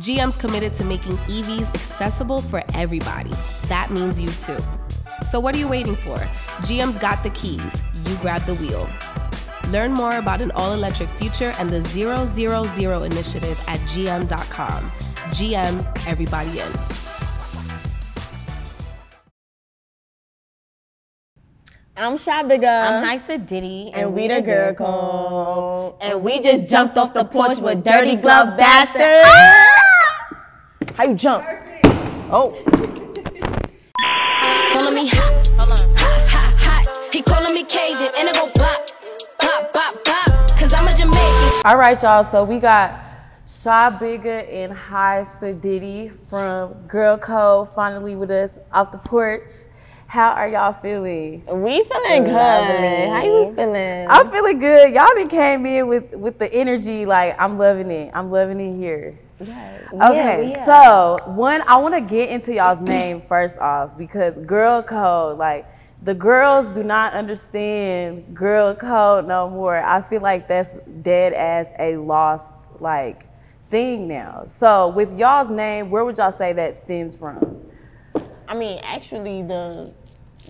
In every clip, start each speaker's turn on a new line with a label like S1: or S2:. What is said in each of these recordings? S1: GM's committed to making EVs accessible for everybody. That means you too. So, what are you waiting for? GM's got the keys, you grab the wheel. Learn more about an all electric future and the 000 initiative at gm.com. GM, everybody in.
S2: I'm Shy Bigger.
S3: I'm Nysa Diddy,
S2: And we the girl code. And we just jumped off the porch with dirty glove bastards. How you jump? Oh.
S4: calling me hot. Hot, hot, hot. He calling me Cajun, and I go bop, bop, bop, bop. Cause I'm a Jamaican.
S5: All right, y'all. So we got Shaw Bigger and High Sadiddy from Girl Code finally with us off the porch. How are y'all feeling?
S2: We feeling good. How you feeling?
S5: I'm feeling good. Y'all done came in with with the energy. Like I'm loving it. I'm loving it here. Okay, so one, I want to get into y'all's name first off because girl code, like the girls do not understand girl code no more. I feel like that's dead as a lost like thing now. So with y'all's name, where would y'all say that stems from?
S2: I mean, actually, the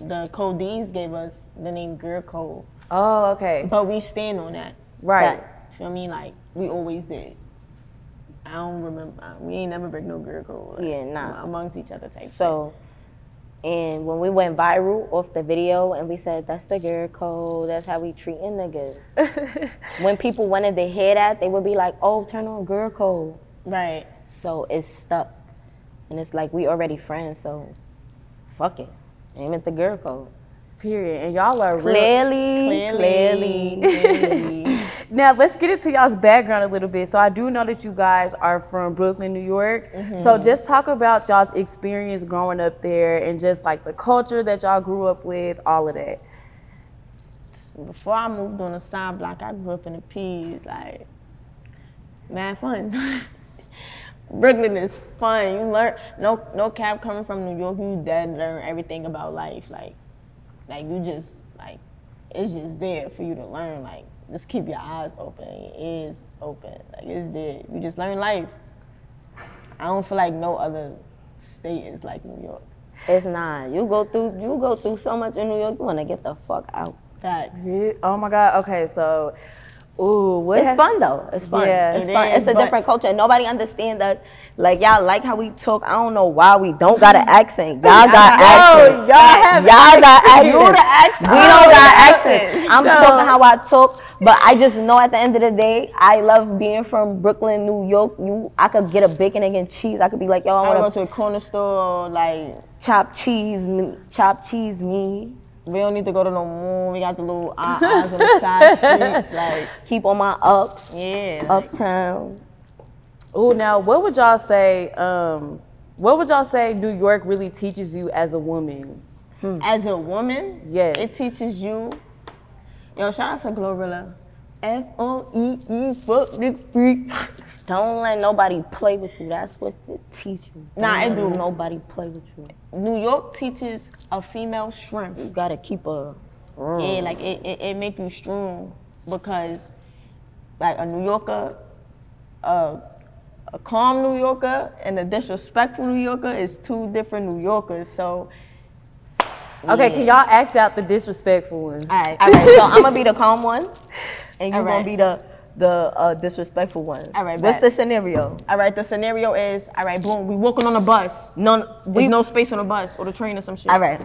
S2: the Codees gave us the name Girl Code,
S5: Oh, okay,
S2: but we stand on that.
S5: right.
S2: Feel me? Like we always did. I don't remember. We ain't never break no girl code. like,
S3: Yeah, nah.
S2: Amongst each other type.
S3: So, and when we went viral off the video, and we said that's the girl code. That's how we treating niggas. when people wanted to hear that, they would be like, "Oh, turn on girl code."
S2: shit. right.
S3: So it's stuck, and it's like we already friends. So, fuck it. Aim at the girl code.
S5: Period. And y'all are real.
S3: Clearly,
S2: Clearly. clearly.
S5: Now let's get into y'all's background a little bit. So I do know that you guys are from Brooklyn, New York. So just talk about y'all's experience growing up there and just like the culture that y'all grew up with, all of that.
S2: before I moved on the side block, I grew up in the P's, like mad fun. Brooklyn is fun. You learn no no cap coming from New York, you dead learn everything about life. Like like you just like it's just there for you to learn. Like just keep your eyes open, your ears open. Like it's there. You just learn life. I don't feel like no other state is like New York.
S3: it's not. You go through. You go through so much in New York. You want to get the fuck out.
S2: Facts.
S5: Yeah. Oh my God. Okay. So, ooh, what?
S3: It's
S5: have-
S3: fun though. It's fun.
S5: Yeah,
S3: it's
S2: it
S3: fun.
S2: is,
S3: it's a
S2: but-
S3: different culture. Nobody understand us. Like y'all like how we talk. I don't know why we don't got an accent. Y'all got accents.
S5: y'all have
S3: y'all got accents.
S5: accents. You the accent.
S3: We don't
S5: Oh,
S3: got
S5: yeah.
S3: accents. I'm
S5: No.
S3: talking how I talk, but I just know at the end of the day, I love being from Brooklyn, New York. You, I could get a bacon egg and cheese. I could be like, yo, I
S2: I go
S3: want to
S2: to a corner store, like
S3: chop cheese, me, chop cheese me.
S2: we don't need to go to no moon. We got the little uh eyes on the side streets, like
S3: Keep on my ups,
S2: Yeah.
S3: Um,
S2: like,
S3: uptown.
S5: Ooh. Now, what would y'all say? Um, what would y'all say New York really teaches you as a woman?
S2: as a woman,
S5: Yes.
S2: it teaches you. Yo, shout out to Glorilla. F O E E fuck the freak.
S3: Don't let nobody play with you. That's what it teach you.
S2: Nah,
S3: Don't
S2: it
S3: let
S2: do.
S3: Nobody play with you.
S2: New York teaches a female strength.
S3: You gotta keep a.
S2: Yeah, like it, it, it make you strong because like a New Yorker, uh, a calm New Yorker and a disrespectful New Yorker is two different New Yorkers. So
S5: Okay. Can y'all act out the disrespectful ones?
S3: Alright, alright. so I'm gonna be the calm one, and you're
S2: Alright.
S3: gonna be the the uh, disrespectful one.
S2: Alright,
S3: What's
S2: bet.
S3: the scenario?
S2: All right, the scenario is all right. Boom, we walking on a bus.
S3: No,
S2: There's no space on the bus or the train or some shit.
S3: All right.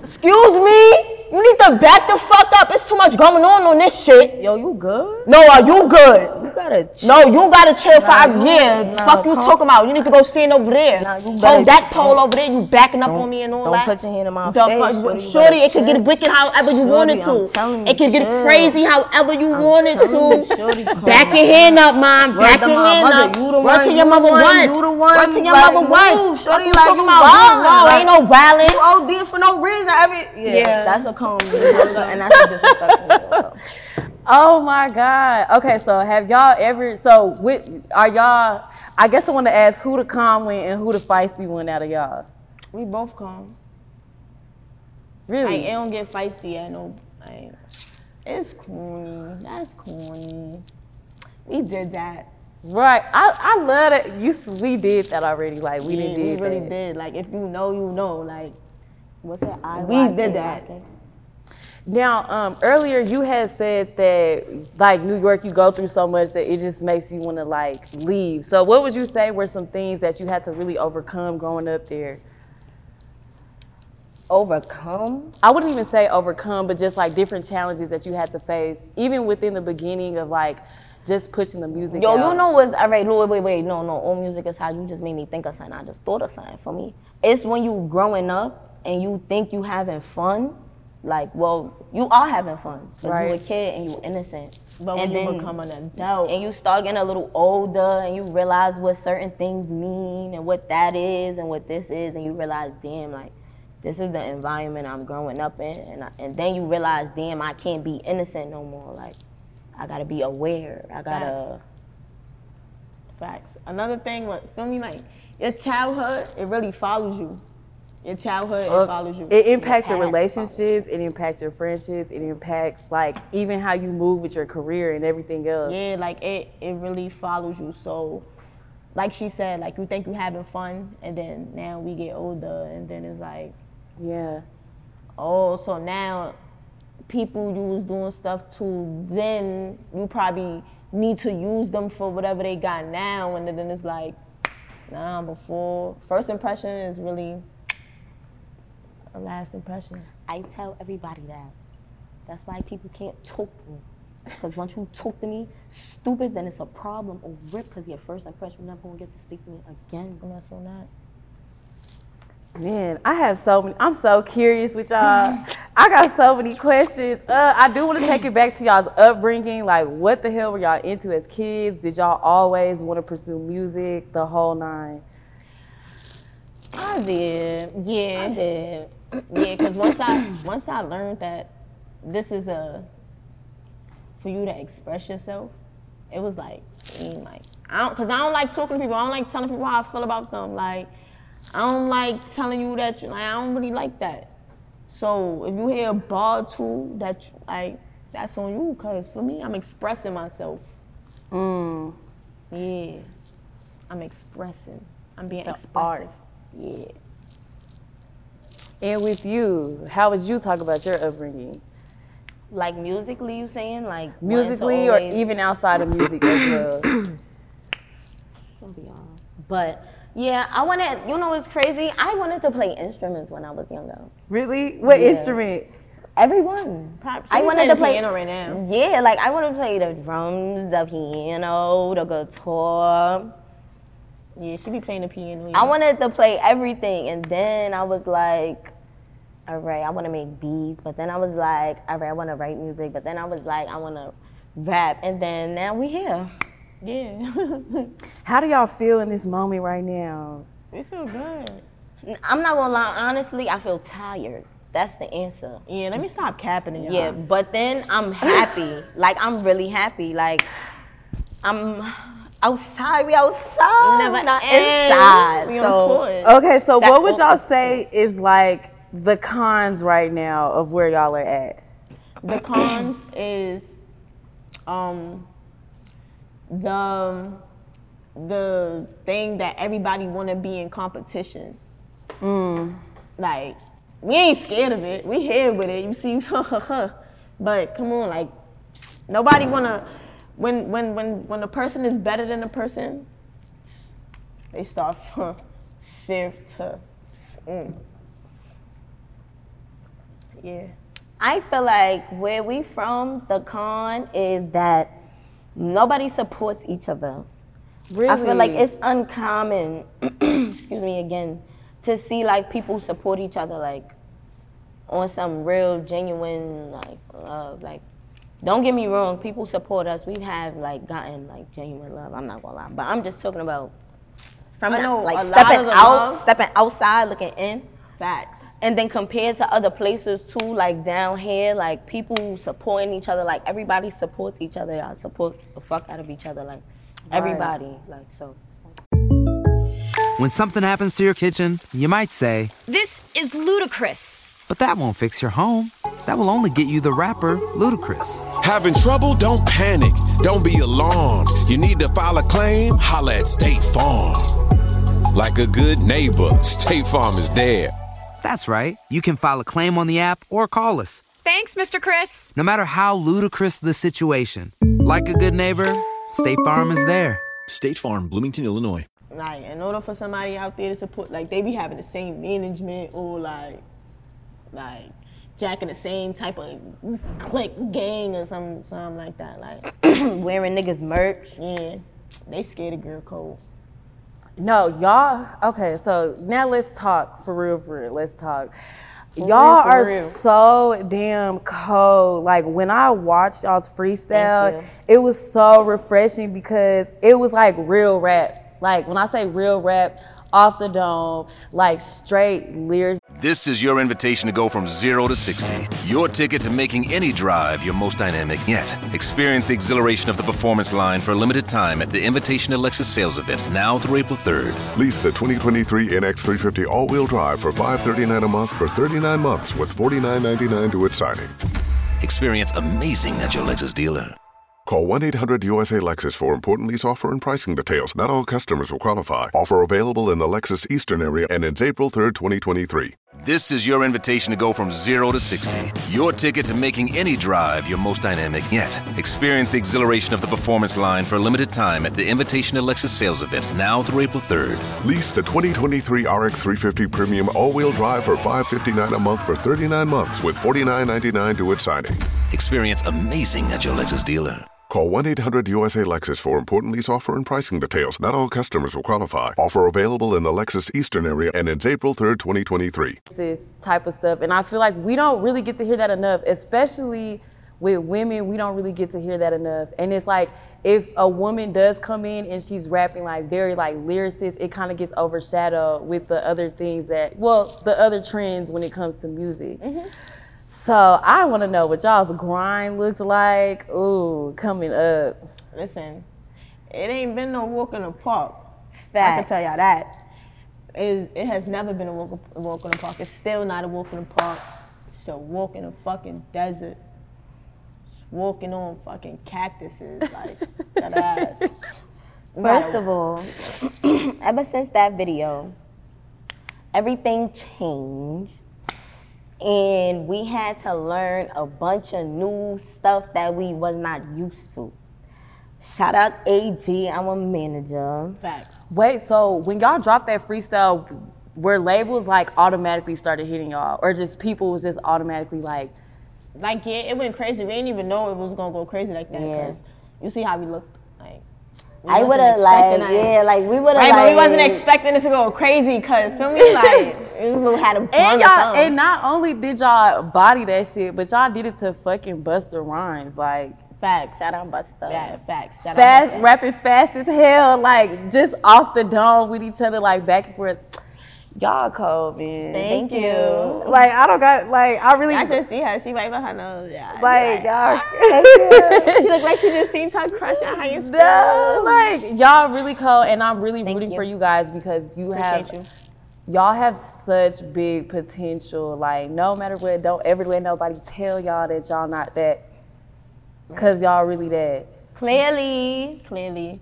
S2: Excuse me. You need to back the fuck up. It's too much going on on this shit.
S3: Yo, you good?
S2: No, are you good?
S3: gotta. Ch-
S2: No, you gotta chill five
S3: you-
S2: years.
S3: no,
S2: Fuck you
S3: come-
S2: talking about. You need to go stand over there.
S3: Nah, you better-
S2: Hold that pole
S3: don't-
S2: over there. You backing up on me and all
S3: don't
S2: that.
S3: put your hand in my
S2: The
S3: face,
S2: fuck-
S3: shorty, you
S2: shorty, it
S3: better
S2: could get
S3: chill.
S2: wicked however you
S3: Shorty,
S2: wanted
S3: I'm
S2: to.
S3: telling you,
S2: it could get
S3: chill.
S2: crazy however you wanted
S3: telling
S2: to.
S3: you, shorty, come
S2: Back
S3: on.
S2: your hand up, mom.
S3: Word
S2: Back
S3: to
S2: your
S3: my
S2: hand
S3: mother,
S2: up.
S3: you the
S2: Word
S3: one,
S2: to your
S3: you
S2: mother
S3: the one,
S2: one.
S3: you the
S2: Word
S3: one,
S2: to your
S3: like,
S2: mother one.
S3: move, shorty,
S2: Fuck you
S3: you
S2: talking
S3: talking
S2: about
S3: wild,
S2: No,
S3: like-
S2: ain't no wildin'.
S3: Oh, did for no reason. Every yeah,
S2: Yeah.
S3: that's a comb, and that's a disrespectful.
S5: Oh my God. Okay, so have y'all ever? So with are y'all? I guess I want to ask who the calm one and who the feisty one out of y'all.
S2: We both calm. Like,
S5: Really?
S2: it don't get feisty at no. Like, it's corny. That's corny. We did that.
S5: Right. I, I love it. You s- we did that already. Like we
S2: Yeah,
S5: didn't
S2: we
S5: did
S2: really
S5: that.
S2: did. Like, if you know, you know. Like,
S3: What's it? I
S2: We did that.
S5: Now, um, earlier you had said that like New York, you go through so much that it just makes you want to like leave. So what would you say were some things that you had to really overcome growing up there?
S3: Overcome.
S5: I wouldn't even say overcome, but just like different challenges that you had to face, even within the beginning of like just pushing the music.
S3: Yo,
S5: out.
S3: you know what's all right? No, wait, wait, wait. No, no. All music is how you just made me think of something. I just thought of something for me. It's when you growing up and you think you having fun. Like, well, you are having fun. Cause
S5: Right.
S3: you a kid and you innocent.
S2: but
S3: and
S2: when you become an adult,
S3: and you start getting a little older and you realize what certain things mean and what that is and what this is and you realize damn like this is the environment i'm growing up in and, I, and then you realize damn i can't be innocent no more like i gotta be aware i gotta
S2: Facts. Another thing, what feel me like your childhood, it really follows you. Your childhood, it follows you.
S5: It impacts your
S3: It impacts.
S5: relationships. It impacts your friendships. It impacts like even how you move with your career and everything else.
S2: yeah, like it, it really follows you. So, like she said, like you think you having fun, and then now we get older, and then it's like,
S5: Yeah.
S2: oh, so now people you was doing stuff to, then you probably need to use them for whatever they got now, and then it's like, nah, before first impression is really a last impression.
S3: i tell everybody that that's why people can't talk to me because once you talk to me stupid then it's a problem or rip because your first impression you're never gonna get to speak to me again
S2: I'm not so not.
S5: Man, I have so many. I'm so curious with y'all. I got so many questions. Uh, I do want to take it back to y'all's upbringing. Like, what the hell were y'all into as kids? Did y'all always want to pursue music? The whole nine.
S3: i did
S2: Yeah,
S3: did
S2: yeah. Because once I once I learned that this is a for you to express yourself, it was like, I mean, like I don't, cause I don't like talking to people. I don't like telling people how I feel about them. Like I don't like telling you that you like I don't really like that. So if you hear a bar too, that you, like that's on you. Cause for me, I'm expressing myself.
S3: Mm.
S2: Yeah, I'm expressing. I'm being expressive.
S3: yeah
S5: And with you, how would you talk about your upbringing,
S3: Like musically, you saying like wanting to
S5: musically, or
S3: always-
S5: even outside of music as well?
S3: But yeah, I wanted. You know what's crazy? I wanted to play instruments when I was younger.
S5: Really? What instrument?
S3: Everyone.
S2: Perhaps
S3: I
S2: you
S3: wanted
S2: play
S3: to
S2: the
S3: play
S2: piano right now.
S3: Yeah, like I wanted to play the drums, the piano, the guitar.
S2: Yeah, she be playing the piano. yeah.
S3: I wanted to play everything, and then I was like, all right, I want to make beats. But then I was like, all right, I want to write music. But then I was like, I want to rap. And then now we here.
S2: Yeah.
S5: How do y'all feel in this moment right now?
S2: we feel good.
S3: N- I'm not gonna lie, honestly, I feel tired. That's the answer.
S2: Yeah, let me stop capping it, y'all.
S3: Yeah, but then I'm happy. like I'm really happy. Like I'm outside. We outside.
S2: Never
S3: not
S2: ends.
S3: inside.
S2: We
S3: so uh,
S2: on court.
S5: Okay, so
S3: That-
S5: what would y'all say is like the cons right now of where y'all are at?
S2: The cons is um the the thing that everybody wanna be in competition. Like, we ain't scared of it. We here with it. You see, but come on, like nobody wanna when when when when a person is better than a person, they start from fear to mm. Yeah.
S3: I feel like where we from, the con is that nobody supports each other.
S5: Really?
S3: I feel like it's uncommon, excuse me again, to see like people support each other like on some real genuine like love. Like, don't get me wrong, people support us. We have like gotten like genuine love. I'm not gonna lie, but I'm just talking about from
S2: I know
S3: like
S2: a lot
S3: stepping
S2: of the
S3: out,
S2: love-
S3: stepping outside, looking in.
S2: Facts.
S3: And then compared to other places too, like down here, like people supporting each other, like everybody supports each other. I support the fuck out of each other, like everybody, like so.
S6: When something happens to your kitchen, you might say,
S7: This is ludicrous.
S6: but that won't fix your home. That will only get you the rapper, Ludacris.
S8: Having trouble? Don't panic. Don't be alarmed. You need to file a claim? Holla at State Farm. Like a good neighbor, State Farm is there.
S6: That's right. You can file a claim on the app or call us,
S7: Thanks, Mr. Chris.
S6: no matter how ludicrous the situation. Like a good neighbor, State Farm is there.
S9: State Farm, Bloomington, Illinois.
S2: Like, in order for somebody out there to support, like, they be having the same management or, like, like, jacking the same type of click gang or some something like that. Like,
S3: Wearing niggas merch.
S2: yeah, they scared of girl code.
S5: No, y'all. Okay, so now let's talk for real, for real. Let's talk. y'all
S2: for
S5: are
S2: real.
S5: so damn cold. Like when I watched y'all's freestyle,
S3: Thank
S5: it was so refreshing because it was like real rap. Like when I say real rap, off the dome, like straight lyrics.
S10: This is your invitation to go from zero to 60. Your ticket to making any drive your most dynamic yet. Experience the exhilaration of the performance line for a limited time at the Invitation to Lexus sales event now through April 3rd.
S11: Lease the 2023 NX350 all-wheel drive for $539 a month for 39 months with $49.99 to its signing.
S10: Experience amazing at your Lexus dealer.
S11: Call 1-800-USA-LEXUS for important lease offer and pricing details. Not all customers will qualify. Offer available in the Lexus Eastern area and ends April 3rd, 2023.
S10: This is your invitation to go from zero to 60. Your ticket to making any drive your most dynamic yet. Experience the exhilaration of the performance line for a limited time at the Invitation to Lexus sales event now through April 3rd.
S11: Lease the 2023 RX350 Premium all-wheel drive for $559 a month for 39 months with $49.99 to its signing.
S10: Experience amazing at your Lexus dealer.
S11: Call 1 800 USA Lexus for important lease offer and pricing details. Not all customers will qualify. Offer available in the Lexus Eastern area and ends April 3rd, 2023.
S5: this type of stuff. And I feel like we don't really get to hear that enough, especially with women. We don't really get to hear that enough. And it's like if a woman does come in and she's rapping like very like lyricist, it kind of gets overshadowed with the other things that, well, the other trends when it comes to music. So I want to know what y'all's grind looked like. Ooh, coming up.
S2: Listen, it ain't been no walk in the park. I can
S3: Facts.
S2: tell y'all that. It, it has never been a walk, a walk in the park. It's still not a walk in the park. It's a walk in the fucking desert. It's walking on fucking cactuses, like that ass.
S3: First of all, ever since that video, everything changed. And we had to learn a bunch of new stuff that we was not used to. Shout out AG, our manager.
S2: Facts.
S5: Wait, so when y'all dropped that freestyle, were labels like automatically started hitting y'all, or just people was just automatically like,
S2: Like yeah, it went crazy. We didn't even know it was gonna go crazy like that.
S3: Yeah.
S2: Cause you see how we looked. Like we
S3: I
S2: wasn't
S3: would have like,
S2: expecting that.
S3: yeah, like we would have.
S2: Right,
S3: like,
S2: but we wasn't expecting this to go crazy. Cause feel me, like it was a little had a
S5: and
S2: bun or
S5: y'all,
S2: something.
S5: and not only did y'all body that shit, but y'all did it to fucking Buster Rhymes, like
S2: facts.
S3: Shout out Busta.
S2: Yeah, facts. Shout out
S5: fast,
S2: Busta.
S5: rapping fast as hell, like just off the dome with each other, like back and forth. Y'all cold, man.
S2: Thank you.
S5: Like I don't got, like I really,
S2: I should see her. She wiping her nose. Yeah. I'd be "Ah."
S5: like y'all.
S2: she looked like she just seen her crush at high school.
S5: No, like y'all really cold, and I'm really rooting
S3: you.
S5: for you guys because you have
S2: Appreciate
S5: all have such big potential. Like no matter what, don't ever let nobody tell y'all that y'all not that, cause y'all really that.
S3: Clearly.
S2: Clearly,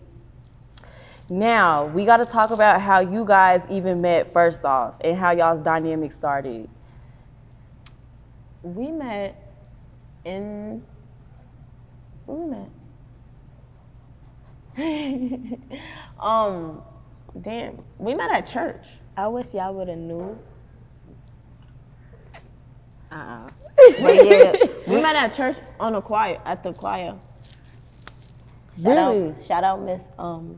S5: Now we got to talk about how you guys even met first off, and how y'all's dynamic started.
S2: we met in. Where we met? um, damn, we met at church.
S3: I wish y'all would have knew. Uh-uh.
S2: But yeah, we met at church on the choir at the choir.
S3: Shout
S5: Really?
S3: out, shout out Miss um,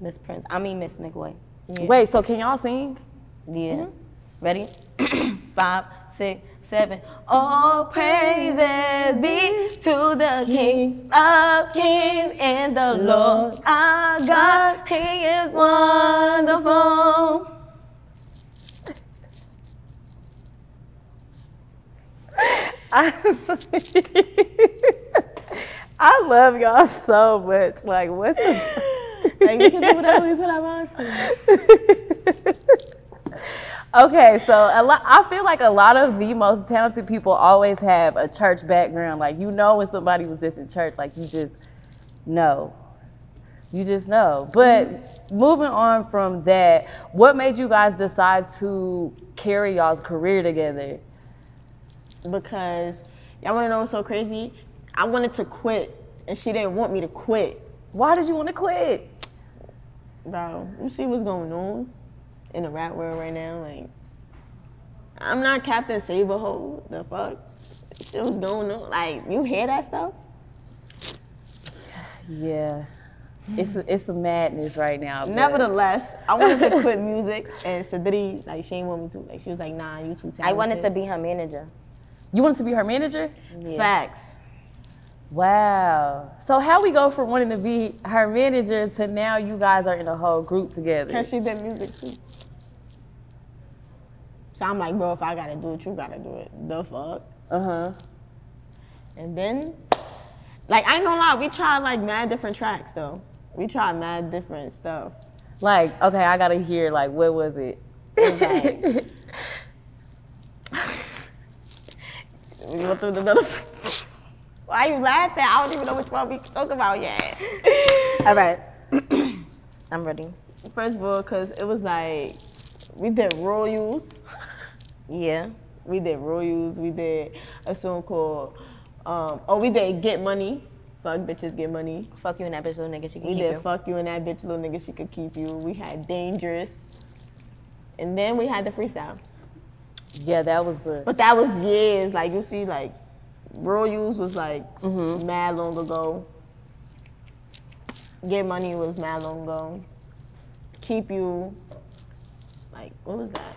S3: Miss Prince. I mean Miss McWay.
S5: Wait, so can y'all sing?
S3: Yeah. Ready?
S2: Five, six, seven. All praises be to the King of Kings and the Lord our God. He is wonderful.
S5: I love y'all so much. Like, what the?
S2: Like we can do whatever we put our minds to.
S5: Okay, so a lot, I feel like a lot of the most talented people always have a church background. Like, you know, when somebody was just in church, like, you just know. You just know. But moving on from that, what made you guys decide to carry y'all's career together?
S2: Because y'all wanna know what's so crazy? I wanted to quit and she didn't want me to quit.
S5: Why did you want to quit?
S2: Bro, you see what's going on in the rap world right now? Like I'm not Captain Save a Hole. The fuck? Shit was going on. Like, you hear that stuff?
S5: Yeah. It's a, it's a madness right now. but-
S2: Nevertheless, I wanted to quit music, and Sadidi, like, she didn't want me to. Like, she was like, nah, you too talented.
S3: I wanted to be her manager.
S5: You wanted to be her manager?
S2: Facts.
S5: Wow. So how we go from wanting to be her manager to now you guys are in a whole group together?
S2: Because she did music too. So I'm like, bro, if I gotta do it, you gotta do it. The fuck?
S5: Uh huh.
S2: And then, like, I ain't gonna lie, we tried, like, mad different tracks, though. We tried mad different stuff.
S5: Like, okay, I gotta hear like what was it?
S2: We go through the little. Why you laughing? I don't even know which one we talk about yet. all right.
S3: I'm ready.
S2: First of all, because it was like, we did Royals.
S3: Yeah.
S2: We did Royals. We did a song called, um, oh, we did Get Money. Fuck bitches, get money.
S3: Fuck you and that bitch little nigga. She can
S2: We
S3: keep
S2: did
S3: you.
S2: fuck you and that bitch little nigga. She could keep you. We had dangerous, and then we had the freestyle.
S5: Yeah, that was the
S2: But that was years. Like you see, like Royals was like mad long ago. Get money was mad long ago. Keep you. Like what was that?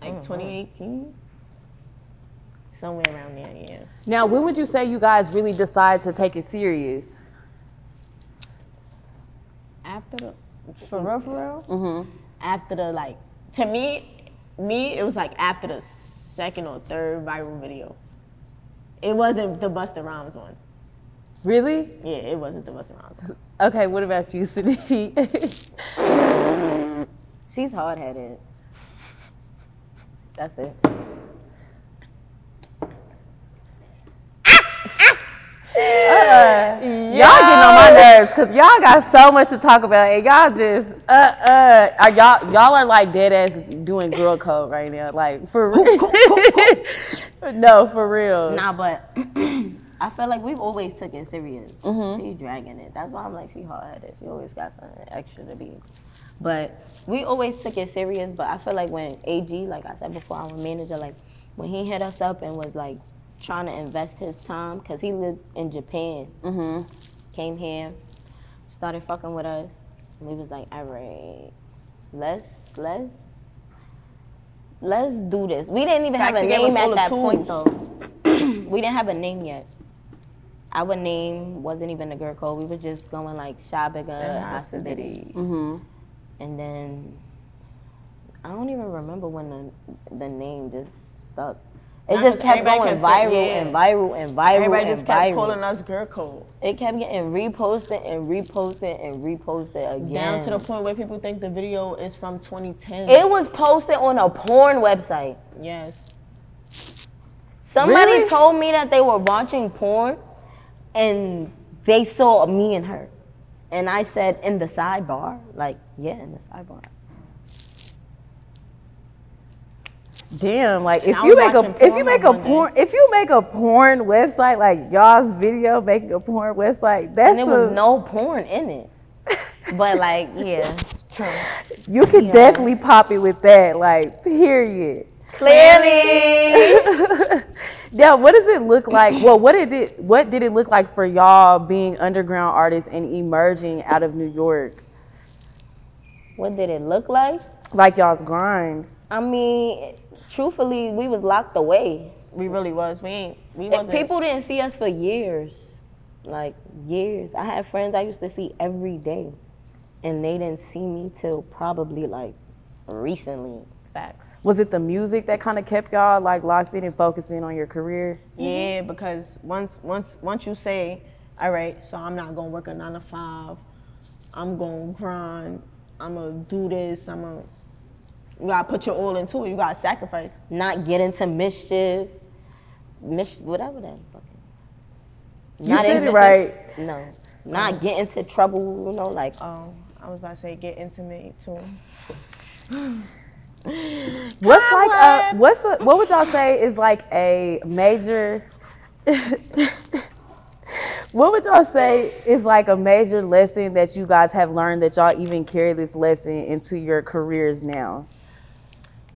S2: Like 2018. Somewhere around there, yeah.
S5: Now when would you say you guys really decide to take it serious?
S2: after the for real for real after the like to me me it was like after the second or third viral video it wasn't the Busta Rhymes one
S5: Really?
S2: yeah it wasn't the Busta Rhymes one
S5: Okay, what about you, Sinichi?
S3: She's hard headed. That's it.
S5: Uh-uh. Y'all getting on my nerves because y'all got so much to talk about and y'all just uh uh are y'all y'all are like dead ass doing girl code right now like for real no for real
S3: Nah, but I feel like we've always took it serious. She dragging it. That's why I'm like she hard headed. She always got something extra to be. But we always took it serious. But I feel like when AG, like I said before, our manager, like when he hit us up and was like trying to invest his time, cause he lived in Japan,
S2: Mm-hmm.
S3: came here, started fucking with us, and we was like, all right, let's let's let's do this. We didn't even have
S2: Facts,
S3: a
S2: he gave us
S3: name
S2: all
S3: at
S2: the
S3: that point
S2: tools.
S3: though. we didn't have a name yet. Our name wasn't even a girl code. We were just going like Shabiga, Acidity. And then I don't even remember when the the name just stuck. It
S2: Nah, 'cause
S3: just kept
S2: everybody
S3: going
S2: kept
S3: viral
S2: saying- yeah.
S3: and viral and viral.
S2: everybody
S3: and
S2: just kept
S3: viral.
S2: calling us girl code
S3: It kept getting reposted and reposted and reposted again.
S2: down to the point where people think the video is from 2010
S3: It was posted on a porn website.
S2: yes
S3: Somebody
S5: Really?
S3: told me that they were watching porn and they saw me and her. And I said, in the sidebar? Like, yeah, in the sidebar.
S5: damn like if
S2: I
S5: you
S2: was
S5: make
S2: watching
S5: a if you
S2: porn
S5: make a
S2: one day.
S5: porn if you make a porn website like y'all's video making a porn website
S3: And
S5: that's
S3: there was
S5: a-
S3: no porn in it. But, like, yeah.
S5: you can definitely pop it with that like period
S3: Clearly.
S5: Yeah, what does it look like? Well, what did it what did it look like for y'all being underground artists and emerging out of New York?
S3: What did it look like?
S5: Like y'all's grind.
S3: I mean, truthfully, we was locked away.
S2: We really was. We ain't. We
S3: If
S2: wasn't.
S3: People didn't see us for years, like years. I had friends I used to see every day, and they didn't see me till probably like recently.
S2: Facts.
S5: Was it the music that kind of kept y'all like locked in and focusing on your career?
S2: Yeah, because once once once you say, all right, so I'm not gonna work a nine to five, I'm gonna grind, I'm gonna do this, I'm gonna you gotta put your all into it, you gotta sacrifice.
S3: Not get into mischief, miss whatever that. Fucking,
S2: You said it right.
S3: No, not get into trouble. You know, like
S2: oh, I was about to say get intimate too.
S5: What's like a what's a, what would y'all say is like a major What would y'all say is like a major lesson that you guys have learned that y'all even carry this lesson into your careers now?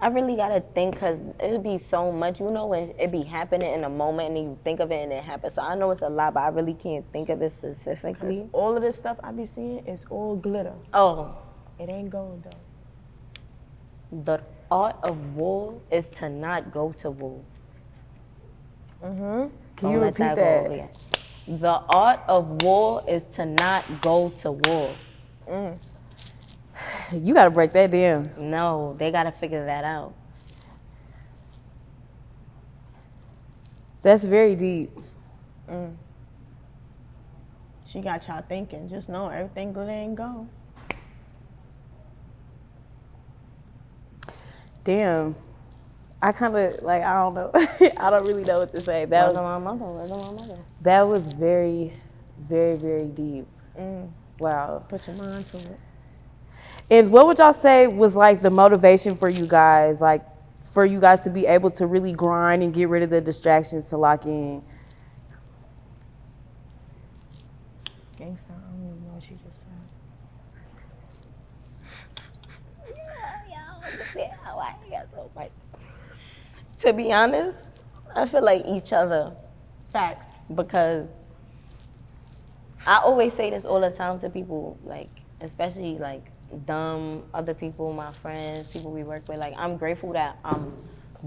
S3: I really gotta think because it'd be so much, you know, and it be happening in a moment, and you think of it and it happens. So I know it's a lot, but I really can't think of it
S2: 'Cause
S3: specifically.
S2: all of this stuff I be seeing is all glitter.
S3: Oh,
S2: It ain't gold though.
S3: the art of war is to not go to war.
S2: Mm-hmm.
S5: Can
S3: Don't
S5: you
S3: let
S5: repeat that?
S3: go over you. The art of war is to not go to war.
S5: You gotta break that down.
S3: No, they gotta figure that out.
S5: That's very deep.
S2: Mm. She got y'all thinking. Just know everything glitter and gold.
S5: Damn. I kind of like I don't know. I don't really know what to say. That was
S3: Wasn't my mother. Wasn't my mother.
S5: that was very, very, very deep.
S2: Mm.
S5: Wow.
S2: Put your mind to it.
S5: And what would y'all say was like the motivation for you guys, like for you guys to be able to really grind and get rid of the distractions to lock in?
S2: Gangsta, I don't even know what she just said.
S3: To be honest, I feel like each other
S2: Facts.
S3: because I always say this all the time to people, like especially like dumb other people, my friends, people we work with. Like I'm grateful that I'm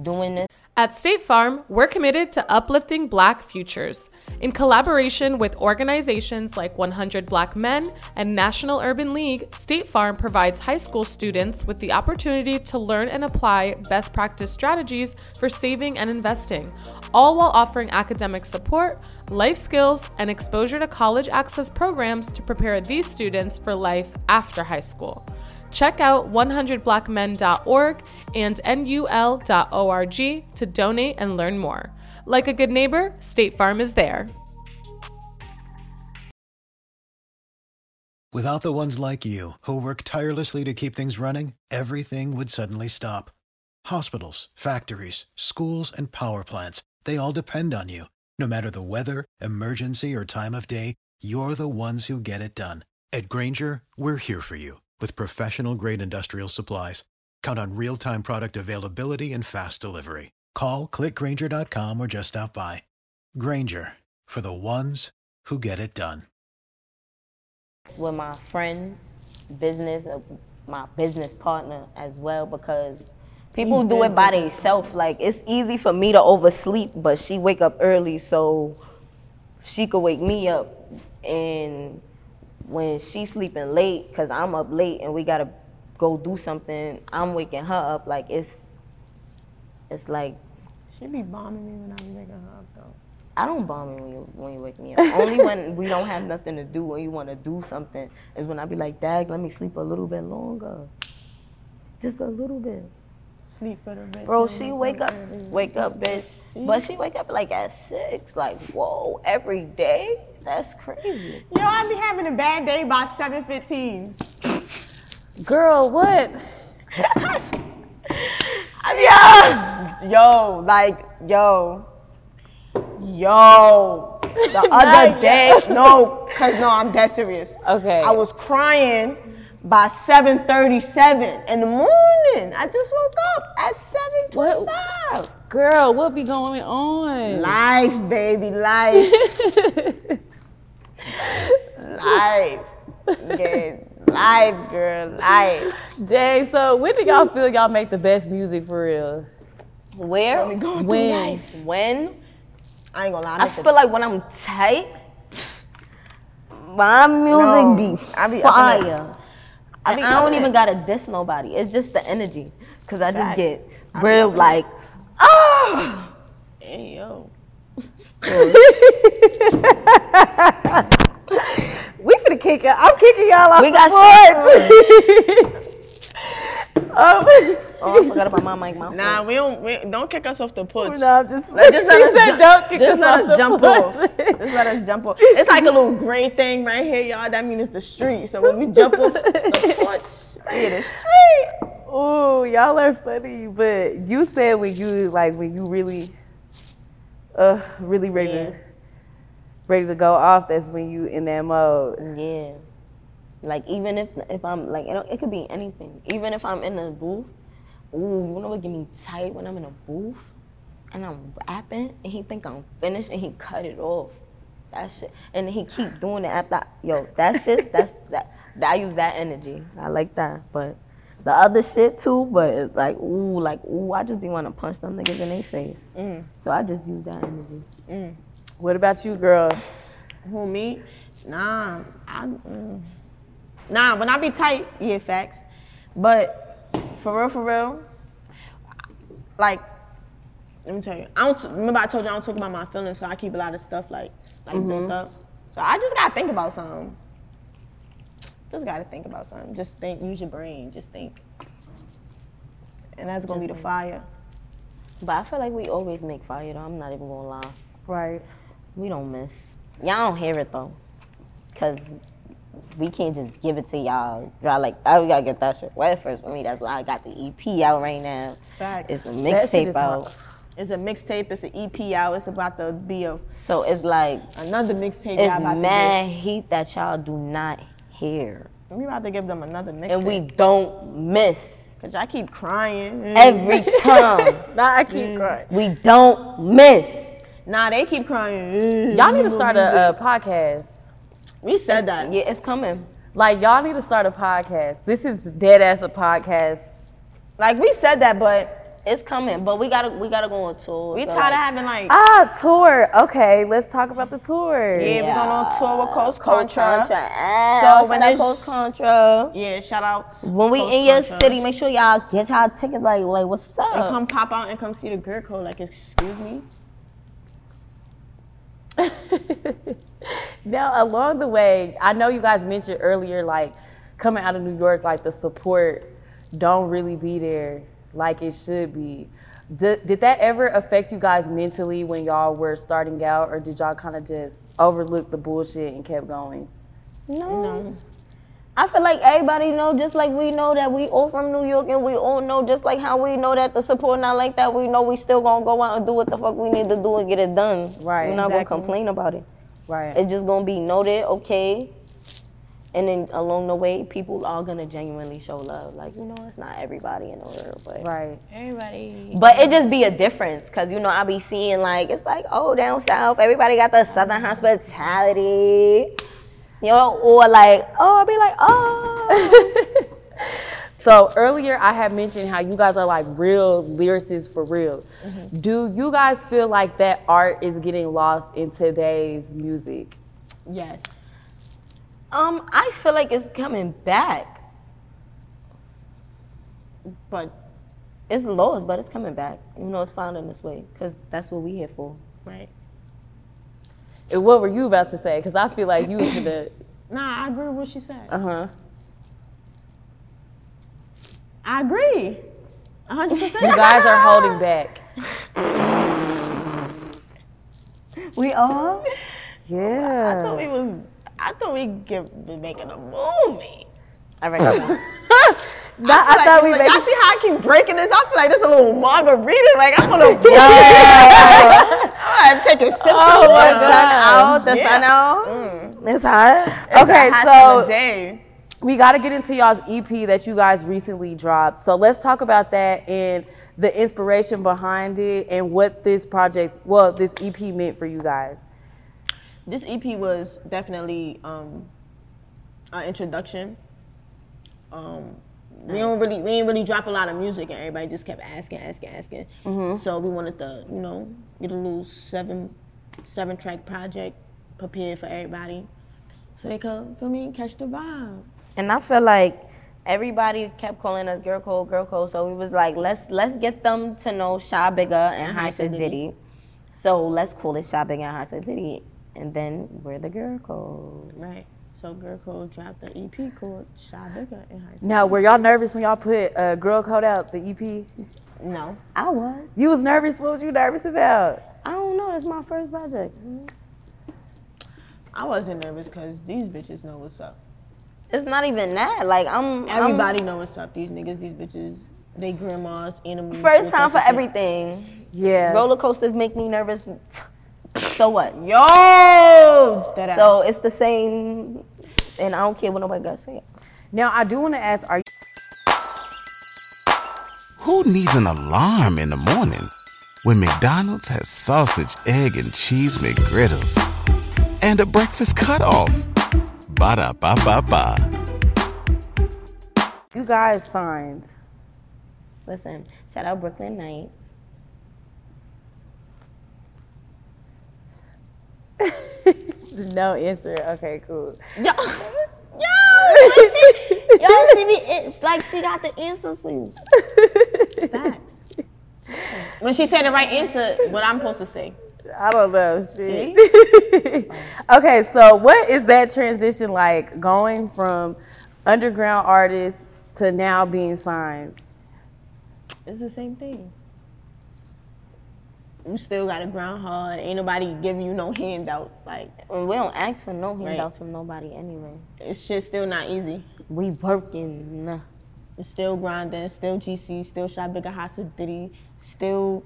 S3: doing this.
S12: At State Farm, we're committed to uplifting black futures. In collaboration with organizations like 100 Black Men and National Urban League, State Farm provides high school students with the opportunity to learn and apply best practice strategies for saving and investing, all while offering academic support, life skills, and exposure to college access programs to prepare these students for life after high school. Check out 100blackmen.org and nul.org to donate and learn more. Like a good neighbor, State Farm is there.
S13: Without the ones like you, who work tirelessly to keep things running, everything would suddenly stop. Hospitals, factories, schools, and power plants, they all depend on you. No matter the weather, emergency, or time of day, you're the ones who get it done. At Granger, we're here for you with professional grade industrial supplies. Count on real time product availability and fast delivery. Call clickgranger.com or just stop by. Granger for the ones who get it done.
S3: with my friend, business, uh, my business partner as well because people
S2: You
S3: do
S2: been
S3: it by
S2: business
S3: themselves. Like it's easy for me to oversleep, but she wake up early so she could wake me up. And when she's sleeping late, cause I'm up late and we gotta go do something, I'm waking her up. Like it's, it's like
S2: She be bombing me when I be waking her up though.
S3: I don't bomb you when you when you wake me up. Only when we don't have nothing to do or you want to do something is when I be like, Dag, let me sleep a little bit longer, just a little bit.
S2: Sleep for the bitch.
S3: Bro, she wake up, wake up, bitch. But she wake up like at six, like whoa, every day. That's crazy.
S2: Yo, I be having a bad day by 7.15.
S5: Girl, what?
S2: I mean, yo, like, yo, yo. The other
S3: Not
S2: day,
S3: yet.
S2: no, cause no, I'm dead serious. Okay. I was crying by 7:37 in the morning. I just woke up at 7:25.
S5: Girl, what be going on?
S2: Life, baby, life. life. Yeah, life, girl, life.
S5: Dang, so when do y'all feel y'all make the best music for real?
S3: Where?
S2: When we going through
S3: when?
S2: life.
S3: When?
S2: I ain't gonna lie.
S3: I,
S2: make the-
S3: feel like when I'm tight, my
S2: No,
S3: music
S2: I
S3: be
S2: be up in
S3: fire.
S2: it. I
S3: I,
S2: be
S3: I
S2: up
S3: don't
S2: in
S3: even
S2: it.
S3: gotta diss nobody. It's just the energy, cause I just
S2: Facts.
S3: get
S2: I be
S3: real
S2: up in it.
S3: like, oh.
S2: Hey, yo.
S5: We finna kick y'all. I'm kicking y'all off
S3: We
S5: the
S3: got Um,
S5: porch. oh,
S3: Oh, I forgot about my mic. My
S2: Nah, we don't. We, don't kick us off the porch.
S5: No, I'm just.
S2: Like, just let
S5: she
S2: us
S5: said,
S2: jump-
S5: "Don't kick
S2: just
S5: us
S2: let
S5: off
S2: us
S5: the
S2: jump
S5: porch."
S2: off. Just let us jump off. It's like a little gray thing right here, y'all. That means it's the street. So when we jump off the porch, we in the street.
S5: Ooh, y'all are funny, but you said when you like when you really, uh, really ready, to, ready to go off. That's when you in that mode.
S3: Yeah. Like even if if I'm like it, don't- it could be anything. Even if I'm in a booth, ooh, you know what get me tight when I'm in a booth and I'm rapping and he think I'm finished and he cut it off. That shit and he keep doing it after I- yo, that shit, that's that, that I use that energy. I like that. But the other shit too, but it's like ooh, like ooh, I just be wanna punch them niggas in their face.
S5: Mm.
S3: So I just use that energy.
S5: What about you, girl?
S2: Who me? Nah, I. Mm. Nah, when I be tight, yeah, facts. But for real, for real, like, let me tell you. I don't remember I told you I don't talk about my feelings, so I keep a lot of stuff like like built up. So I just gotta think about something. Just gotta think about something. Just think. Use your brain. Just think. And that's gonna be the fire.
S3: But I feel like we always make fire though, I'm not even gonna lie.
S5: Right.
S3: We don't miss. Y'all don't hear it though. Cause we can't just give it to y'all. Y'all like, oh, we gotta get that shit wet first for me. That's why I got the EP out right now.
S2: Facts.
S3: It's a
S2: That shit
S3: mixtape
S2: is
S3: out.
S2: It's a mixtape. It's an EP out. It's about to be a
S3: So it's like,
S2: another mixtape.
S3: it's
S2: y'all about
S3: mad
S2: To
S3: heat that y'all do not hear.
S2: give. We about to give them another mixtape.
S3: And we don't miss
S2: Cause I keep crying
S3: every time. Mm.
S5: Nah, I keep crying.
S3: We don't miss.
S2: Nah, they keep crying.
S5: Y'all need to start a, a podcast.
S2: We said that.
S3: Yeah, it's coming.
S5: Like y'all need to start a podcast. This is dead ass a podcast.
S2: Like we said that, but
S3: It's coming. But we gotta we gotta go on tour.
S2: we
S3: So,
S2: tired of
S3: like,
S2: having like.
S5: Ah, tour. Okay, let's talk about the tour.
S2: yeah, we're going on tour with Coast Contra.
S3: Contra. Ah,
S2: So
S3: shout
S2: when
S3: out
S2: it's-
S3: Coast Contra.
S2: Yeah, shout out.
S3: When we
S2: Coast
S3: in your
S2: Contra.
S3: city, make sure y'all get y'all tickets. Like, like what's up?
S2: and come pop out and come see the girl code. Like, excuse me.
S5: Now, along the way, I know you guys mentioned earlier, like coming out of New York, like the support don't really be there like it should be. Did, did that ever affect you guys mentally when y'all were starting out, or did y'all kind of just overlook the bullshit and kept going?
S3: No. I feel like everybody know, just like we know that we all from New York, and we all know, just like how we know that the support not like that. We know we still gonna go out and do what the fuck we need to do and get it done.
S5: Right.
S3: We're not
S5: Exactly.
S3: gonna complain about it.
S5: Right.
S3: It's just gonna be noted, okay. And then along the way, people are gonna genuinely show love. Like you know, it's not everybody in the world, but
S5: right.
S3: But it just be a difference, cause you know I be seeing like it's like oh down south everybody got the southern hospitality, you know, or like oh I be like oh
S5: So earlier I had mentioned how you guys are like real lyricists for real. Do you guys feel like that art is getting lost in today's music?
S2: Yes.
S3: um I feel like it's coming back,
S2: But
S3: it's lost but it's coming back. You know it's found in this way, cause that's what we here for.
S2: right.
S5: And what were you about to say? Because I feel like you was gonna.
S2: Nah, I agree with what she said.
S5: Uh huh.
S2: I agree. 100%.
S5: You guys are holding back.
S3: We are.
S2: I thought we was. I thought we get, be making a movie.
S3: I reckon.
S5: Nah, I
S2: feel
S5: thought we
S2: like,
S5: made
S2: I
S5: it-
S2: see how I keep breaking this. I feel like this a little margarita. Like I'm gonna. I'm taking sips.
S5: Oh,
S2: of
S5: the
S2: water.
S5: sun out, the sun out. It's hot. okay,
S2: Mm. a hot
S5: so
S2: summer day.
S5: we got to get into y'all's EP that you guys recently dropped. So let's talk about that and the inspiration behind it and what this project, well, this EP meant for you guys.
S2: this EP was definitely um, an introduction. Um, We don't really we didn't really drop a lot of music, and everybody just kept asking, asking, asking.
S3: Mm-hmm.
S5: Mhm.
S2: So we wanted to, you know, get a little seven seven track project prepared for everybody, so they could feel me and catch the vibe.
S3: And I feel like everybody kept calling us girl code, girl code. So we was like, let's let's get them to know Sha Bigga and Hisa Diddy. So let's call it Sha Bigga and Hisa Diddy. And then we're the girl code.
S2: Right. So girl code dropped the EP called Shy Bigger in high school.
S5: Now, were y'all nervous when y'all put uh, Girl Code out, the EP?
S2: No.
S3: I was.
S5: You was nervous? What was you nervous about?
S3: I don't know. It's my first project.
S2: I wasn't nervous because these bitches know what's up.
S3: It's not even that. Like I'm. I'm-
S2: Everybody know what's up. These niggas, these bitches, they grandmas, enemies.
S3: First
S2: all type
S3: time for
S2: of shit.
S3: everything.
S5: Yeah.
S3: Roller coasters make me nervous. So what?
S2: Yo.
S3: So it's the same, and I don't care what nobody got to say.
S5: Now, I do want to ask, are you
S14: Who needs an alarm in the morning when McDonald's has sausage, egg, and cheese McGriddles and a breakfast cutoff? Ba da ba ba ba.
S5: you guys signed?
S3: Listen, shout out Brooklyn Knights.
S5: No answer. Okay, cool.
S2: Yo, she be it's like she got the answers for you. Facts. When she said the right answer, what I'm supposed to say.
S5: I don't know. Shit. okay, so what is that transition like going from underground artist to now being signed?
S2: It's the same thing. You still gotta ground hard. Ain't nobody giving you no handouts. Like
S3: And we don't ask for no
S2: Right.
S3: handouts from nobody anyway.
S2: it's just still not easy.
S3: We working.
S2: It's still grinding, still GC, still Shot Bigger House of Diddy, still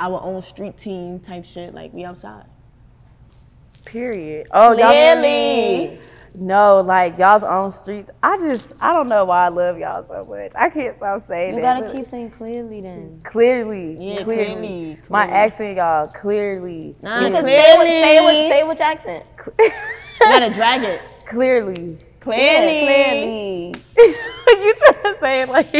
S2: our own street team type shit. Like we outside.
S5: Period. Oh, y'all
S2: Clearly.
S5: No, like y'all's own streets. I just I don't know why I love y'all so much. I can't stop saying
S3: You
S5: that.
S3: gotta
S5: but-
S3: keep saying clearly then.
S5: clearly,
S3: Yeah,
S5: clearly.
S3: clearly,
S5: My
S3: clearly.
S5: accent, y'all, clearly.
S3: Nah, 'cause say it with- say it with- say it with your accent.
S2: You gotta drag it.
S5: Clearly.
S2: Clearly.
S3: Clearly.
S5: you trying to say it like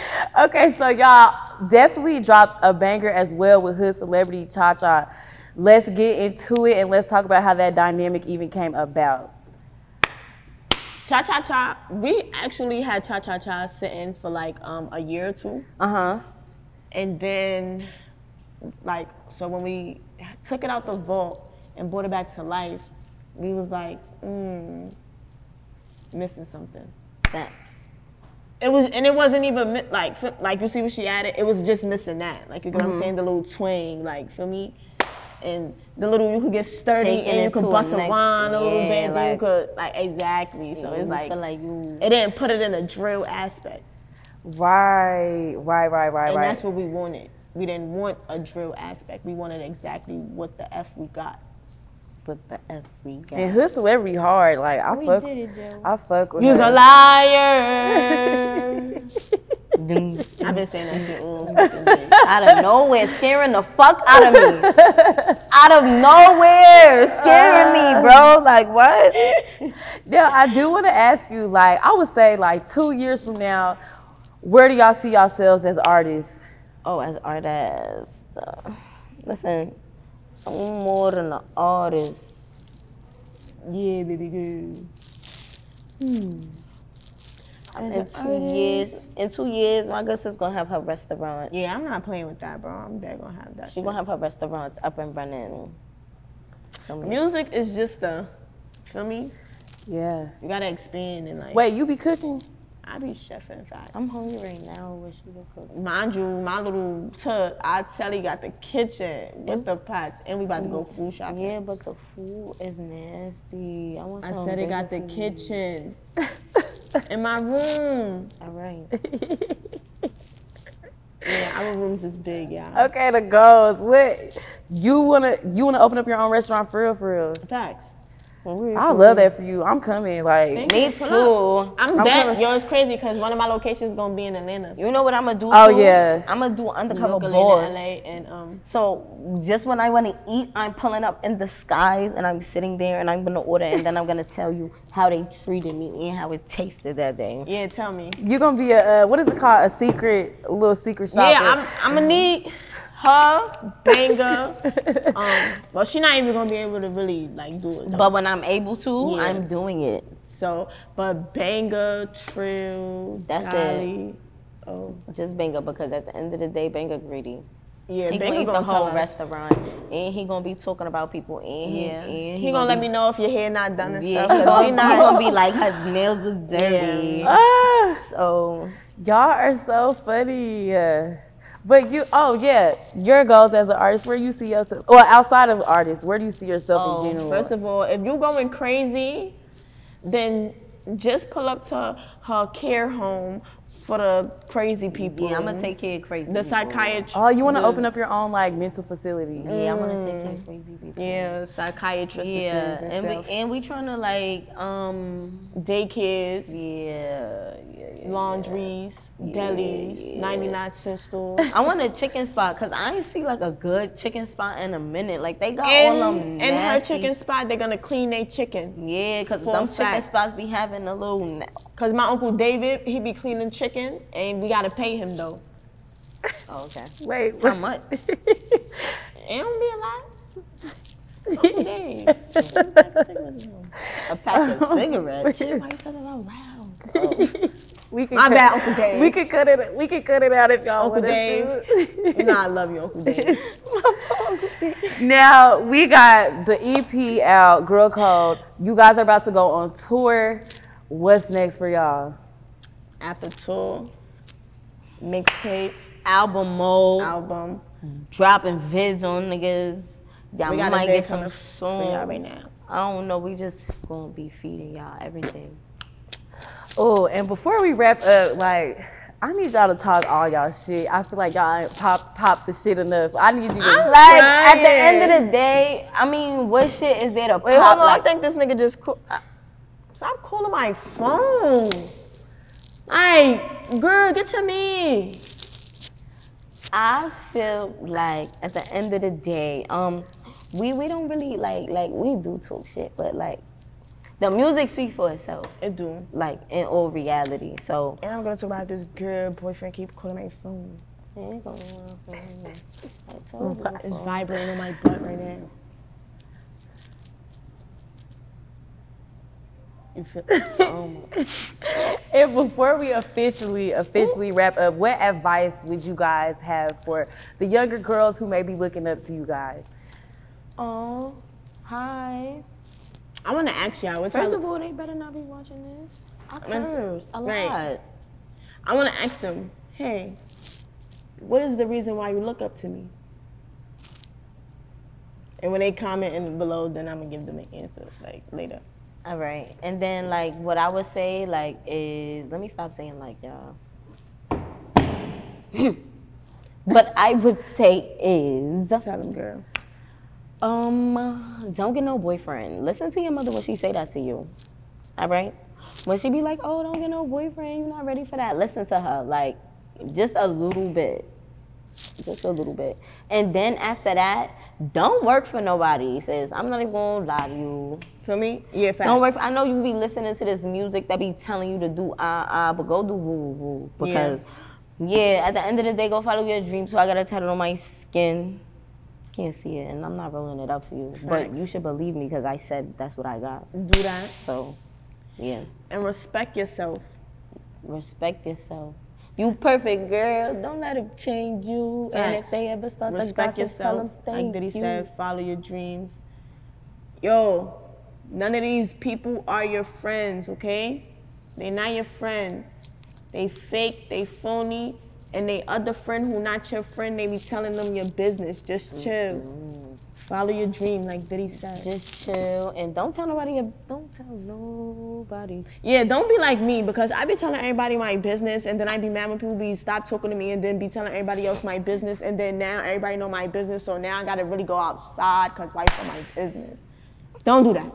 S5: okay so y'all definitely dropped a banger as well with hood celebrity cha-cha let's get into it and let's talk about how that dynamic even came about
S2: Cha Cha Cha. We actually had Cha Cha Cha sitting for like um, a year or two.
S5: uh-huh
S2: And then, like, so when we took it out the vault and brought it back to life, we was like, mm, missing something. That. It was, and it wasn't even mi- like, fi- like you see what she added. It was just missing that. Like you get what
S3: Mhm.
S2: I'm saying, the little twang, like feel me, and the little you could get sturdy
S3: Taking
S2: and you
S3: it
S2: could
S3: to a
S2: bust a
S3: next-
S2: wine a little
S3: yeah,
S2: bit, and then you
S3: like-
S2: could like exactly. So
S3: You
S2: it's like,
S3: feel like you-
S2: it didn't put it in a drill aspect.
S5: right right right right
S2: And
S5: right
S2: that's what we wanted. We didn't want a drill aspect. We wanted exactly what the F we got.
S3: But the F we got.
S5: and hood celebrity hard like i
S3: We
S5: fuck
S3: did it, Joe.
S5: i fuck with
S2: You's
S5: her.
S2: a liar. I've been saying that shit all fucking day.
S3: out of nowhere, scaring the fuck out of me. out of nowhere, scaring me, bro. Like what?
S5: Now, I do want to ask you, like, I would say, like, two years from now, where do y'all see yourselves as artists?
S3: Oh, as artists. uh, listen, I'm more than an artist.
S2: Yeah, baby girl.
S3: I'm
S2: As
S3: in
S2: an
S3: two years, in two years, my good sis gonna have her restaurant.
S2: Yeah, I'm not playing with that, bro. I'm dead gonna have that.
S3: She gonna have her restaurants up and running.
S2: Music is just the, feel me?
S5: Yeah.
S2: You gotta expand and like.
S5: Wait, you be cooking?
S2: I be chefing facts.
S3: I'm hungry right now. Wish you would cook.
S2: Mind you, my little tub, I tell you, got the kitchen with the pots, and we about to go food shopping.
S3: Mm. Yeah, but the food is nasty. I want.
S2: I
S3: some
S2: said it got the
S3: basic food.
S2: kitchen. In my room.
S3: All right.
S2: yeah, our rooms is big, y'all.
S5: Okay, the goals. What you wanna you wanna open up your own restaurant for real, for real?
S2: Facts.
S5: I love that for you. I'm coming. Like
S3: Me too.
S2: I'm, that. Yo, it's crazy because one of my locations gonna be in Atlanta.
S3: You know what I'm gonna do?
S5: Oh, yeah.
S3: I'm gonna do undercover
S2: Locally in
S3: boss.
S2: LA and, um,
S3: so just when I wanna eat, I'm pulling up in the skies and I'm sitting there and I'm gonna order and then I'm gonna tell you how they treated me and how it tasted that day.
S2: Yeah, tell me.
S5: You're gonna be a uh, what is it called? A secret a little secret shop.
S2: Yeah, I'm, I'm gonna need her banger. um, well, she not even gonna be able to really like do it. Though.
S3: But when I'm able to,
S2: Yeah.
S3: I'm doing it.
S2: So, but banger, trill,
S3: That's
S2: Dolly.
S3: it. Just banger because at the end of the day, banger greedy.
S2: Yeah,
S3: he
S2: Banger
S3: gonna eat the
S2: gonna tell
S3: whole
S2: us.
S3: restaurant, and he gonna be talking about people, and he,
S2: Yeah.
S3: and
S2: He,
S3: he
S2: gonna let
S3: be-
S2: me know if your hair not done and
S3: Yeah,
S2: stuff. 'cause
S3: he gonna,
S2: we
S3: he
S2: not
S3: gonna be like his nails was dirty. So
S5: Ah, y'all are so funny. Uh, But you, oh yeah, your goals as an artist. Where you see yourself, or outside of artists, where do you see yourself in general?
S2: Oh, First of all, if you going crazy, then just pull up to her care home for the crazy people.
S3: Yeah, I'ma take care of crazy
S2: The
S3: people.
S2: psychiatrist.
S5: oh, you want to open up your own like mental facility?
S2: Mm,
S3: yeah, I wanna take care of crazy people.
S2: Yeah, psychiatrists.
S3: Yeah,
S2: and,
S3: and
S2: stuff.
S3: we and we trying to like um
S2: daycares,
S3: yeah, yeah, yeah.
S2: laundries, delis, 99 cent stores.
S3: I want a chicken spot because I ain't see like a good chicken spot in a minute. Like they got all them
S2: And, and her
S3: nasty.
S2: chicken spot, they're gonna clean their chicken.
S3: Yeah, because
S2: Full
S3: them chicken
S2: fat.
S3: spots be having a little. na-
S2: Cause my uncle David, he be cleaning chicken, and we gotta pay him though.
S3: Oh, okay.
S5: Wait,
S3: How much?
S2: It don't be a lot. Uncle Dave,
S3: A pack of cigarettes.
S2: why you selling out loud?
S5: we could
S2: My
S5: cut-
S2: bad, Uncle Dave.
S5: We could cut it. We could cut it out if y'all
S2: Uncle
S5: want
S2: Dave. you know I love you, Uncle Dave.
S5: Now we got the EP out, Girl Code. You guys are about to go on tour. What's next for y'all?
S2: After tour, mixtape,
S3: Album mode.
S2: album.
S3: dropping vids on niggas. Y'all
S2: We
S3: we
S2: got a
S3: might
S2: vid
S3: get some
S2: coming
S3: soon.
S2: for y'all right now.
S3: I don't know. We just gonna be feeding y'all everything.
S5: Oh, and before we wrap up, like I need y'all to talk all y'all shit. I feel like y'all ain't pop pop the shit enough. I need you to
S3: Like at the end of the day, I mean, what shit is there to
S2: Wait,
S3: pop?
S2: hold on. I
S3: like,
S2: think this nigga just call- I- stop calling my phone. Like, girl, get your me.
S3: I feel like at the end of the day, um, we we don't really like like we do talk shit, but like the music speaks for itself.
S2: It do.
S3: Like in all reality, so
S2: And I'm gonna talk about this girl boyfriend keep calling my phone.
S3: it go on for me. I told you.
S2: It's vibrating in my butt right now. You feel?
S5: And before we officially officially wrap up, what advice would you guys have for the younger girls who may be looking up to you guys?
S2: Oh, hi. I want to ask y'all. What
S3: First
S2: y'all,
S3: of all, they better not be watching this. I
S2: I'm s-
S3: curse a lot.
S2: right. I want to ask them. Hey, what is the reason why you look up to me? And when they comment in below, then I'm gonna give them an answer like later.
S3: All right. And then like what I would say like is let me stop saying like y'all. what I would say is
S2: Tell them, girl.
S3: um don't get no boyfriend. Listen to your mother when she say that to you. All right? When she be like, "Oh, don't get no boyfriend. You're not ready for that." Listen to her like just a little bit. Just a little bit. And then after that, don't work for nobody. Says, "I'm not even going to lie to you."
S2: Feel me? Yeah, facts.
S3: Don't worry. I know you be listening to this music that be telling you to do ah ah, but go do woo woo woo because yeah. at the end of the day, go follow your dream. So I got a tattoo on my skin. Can't see it, and I'm not rolling it up for you. But
S2: Facts.
S3: you should believe me because I said that's what I got.
S2: Do that
S3: So yeah,
S2: and respect yourself.
S3: respect yourself. You perfect girl. Don't let it change you. And if
S2: Facts.
S3: they ever start to
S2: Respect
S3: gossip, tell
S2: yourself.
S3: them
S2: Like
S3: thank
S2: Diddy
S3: you.
S2: said, follow your dreams. Yo, none of these people are your friends, okay? They're not your friends. They fake, they phony, and they other friend who not your friend, they be telling them your business. Just chill. Follow your dream, like Diddy said.
S15: Just chill and don't tell nobody. ab- Don't tell nobody.
S2: Yeah, don't be like me because I be telling everybody my business and then I be mad when people be stop talking to me and then be telling everybody else my business and then now everybody know my business so now I gotta really go outside because wife know my business. Don't do that.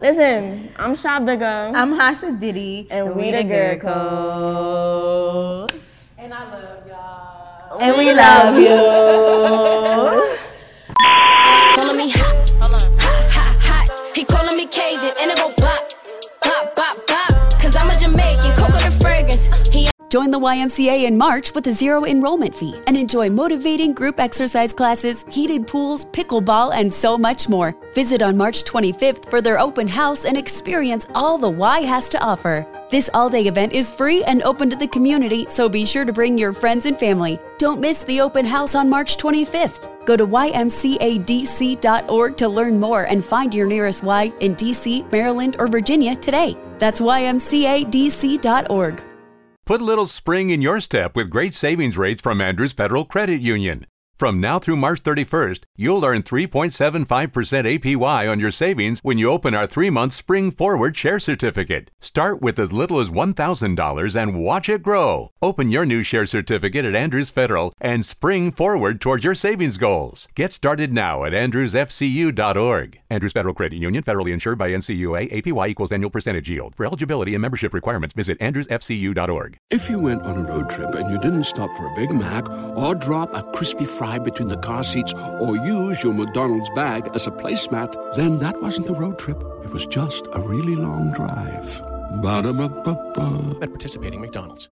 S2: Listen, I'm Sha Bigger. I'm
S15: Hasa Diddy.
S2: And, we, the Girl Code.
S16: And I love y'all.
S2: And we love you.
S1: Calling me hot, hot, hot, hot. He calling me Cajun, and it go bop, bop, bop, bop. Cause I'm a Jamaican, cocoa the fragrance. He
S3: Join the YMCA in March with a zero enrollment fee and enjoy motivating group exercise classes, heated pools, pickleball, and so much more. Visit on March 25th for their open house and experience all the Y has to offer. This all day event is free and open to the community, so be sure to bring your friends and family. Don't miss the open house on March 25th. Go to ymcadc.org to learn more and find your nearest Y in DC, Maryland, or Virginia today. That's ymcadc.org.
S5: Put a little spring in your step with great savings rates from Andrews Federal Credit Union. From now through March 31st, you'll earn 3.75% APY on your savings when you open our three month Spring Forward Share Certificate. Start with as little as $1,000 and watch it grow. Open your new share certificate at Andrews Federal and spring forward toward your savings goals. Get started now at andrewsfcu.org. Andrews Federal Credit Union, federally insured by NCUA, APY equals annual percentage yield. For eligibility and membership requirements, visit andrewsfcu.org.
S12: If you went on a road trip and you didn't stop for a Big Mac or drop a crispy fry between the car seats or use your McDonald's bag as a placemat, then that wasn't a road trip. It was just a really long drive. Ba-da-ba-ba-ba.
S13: At participating McDonald's.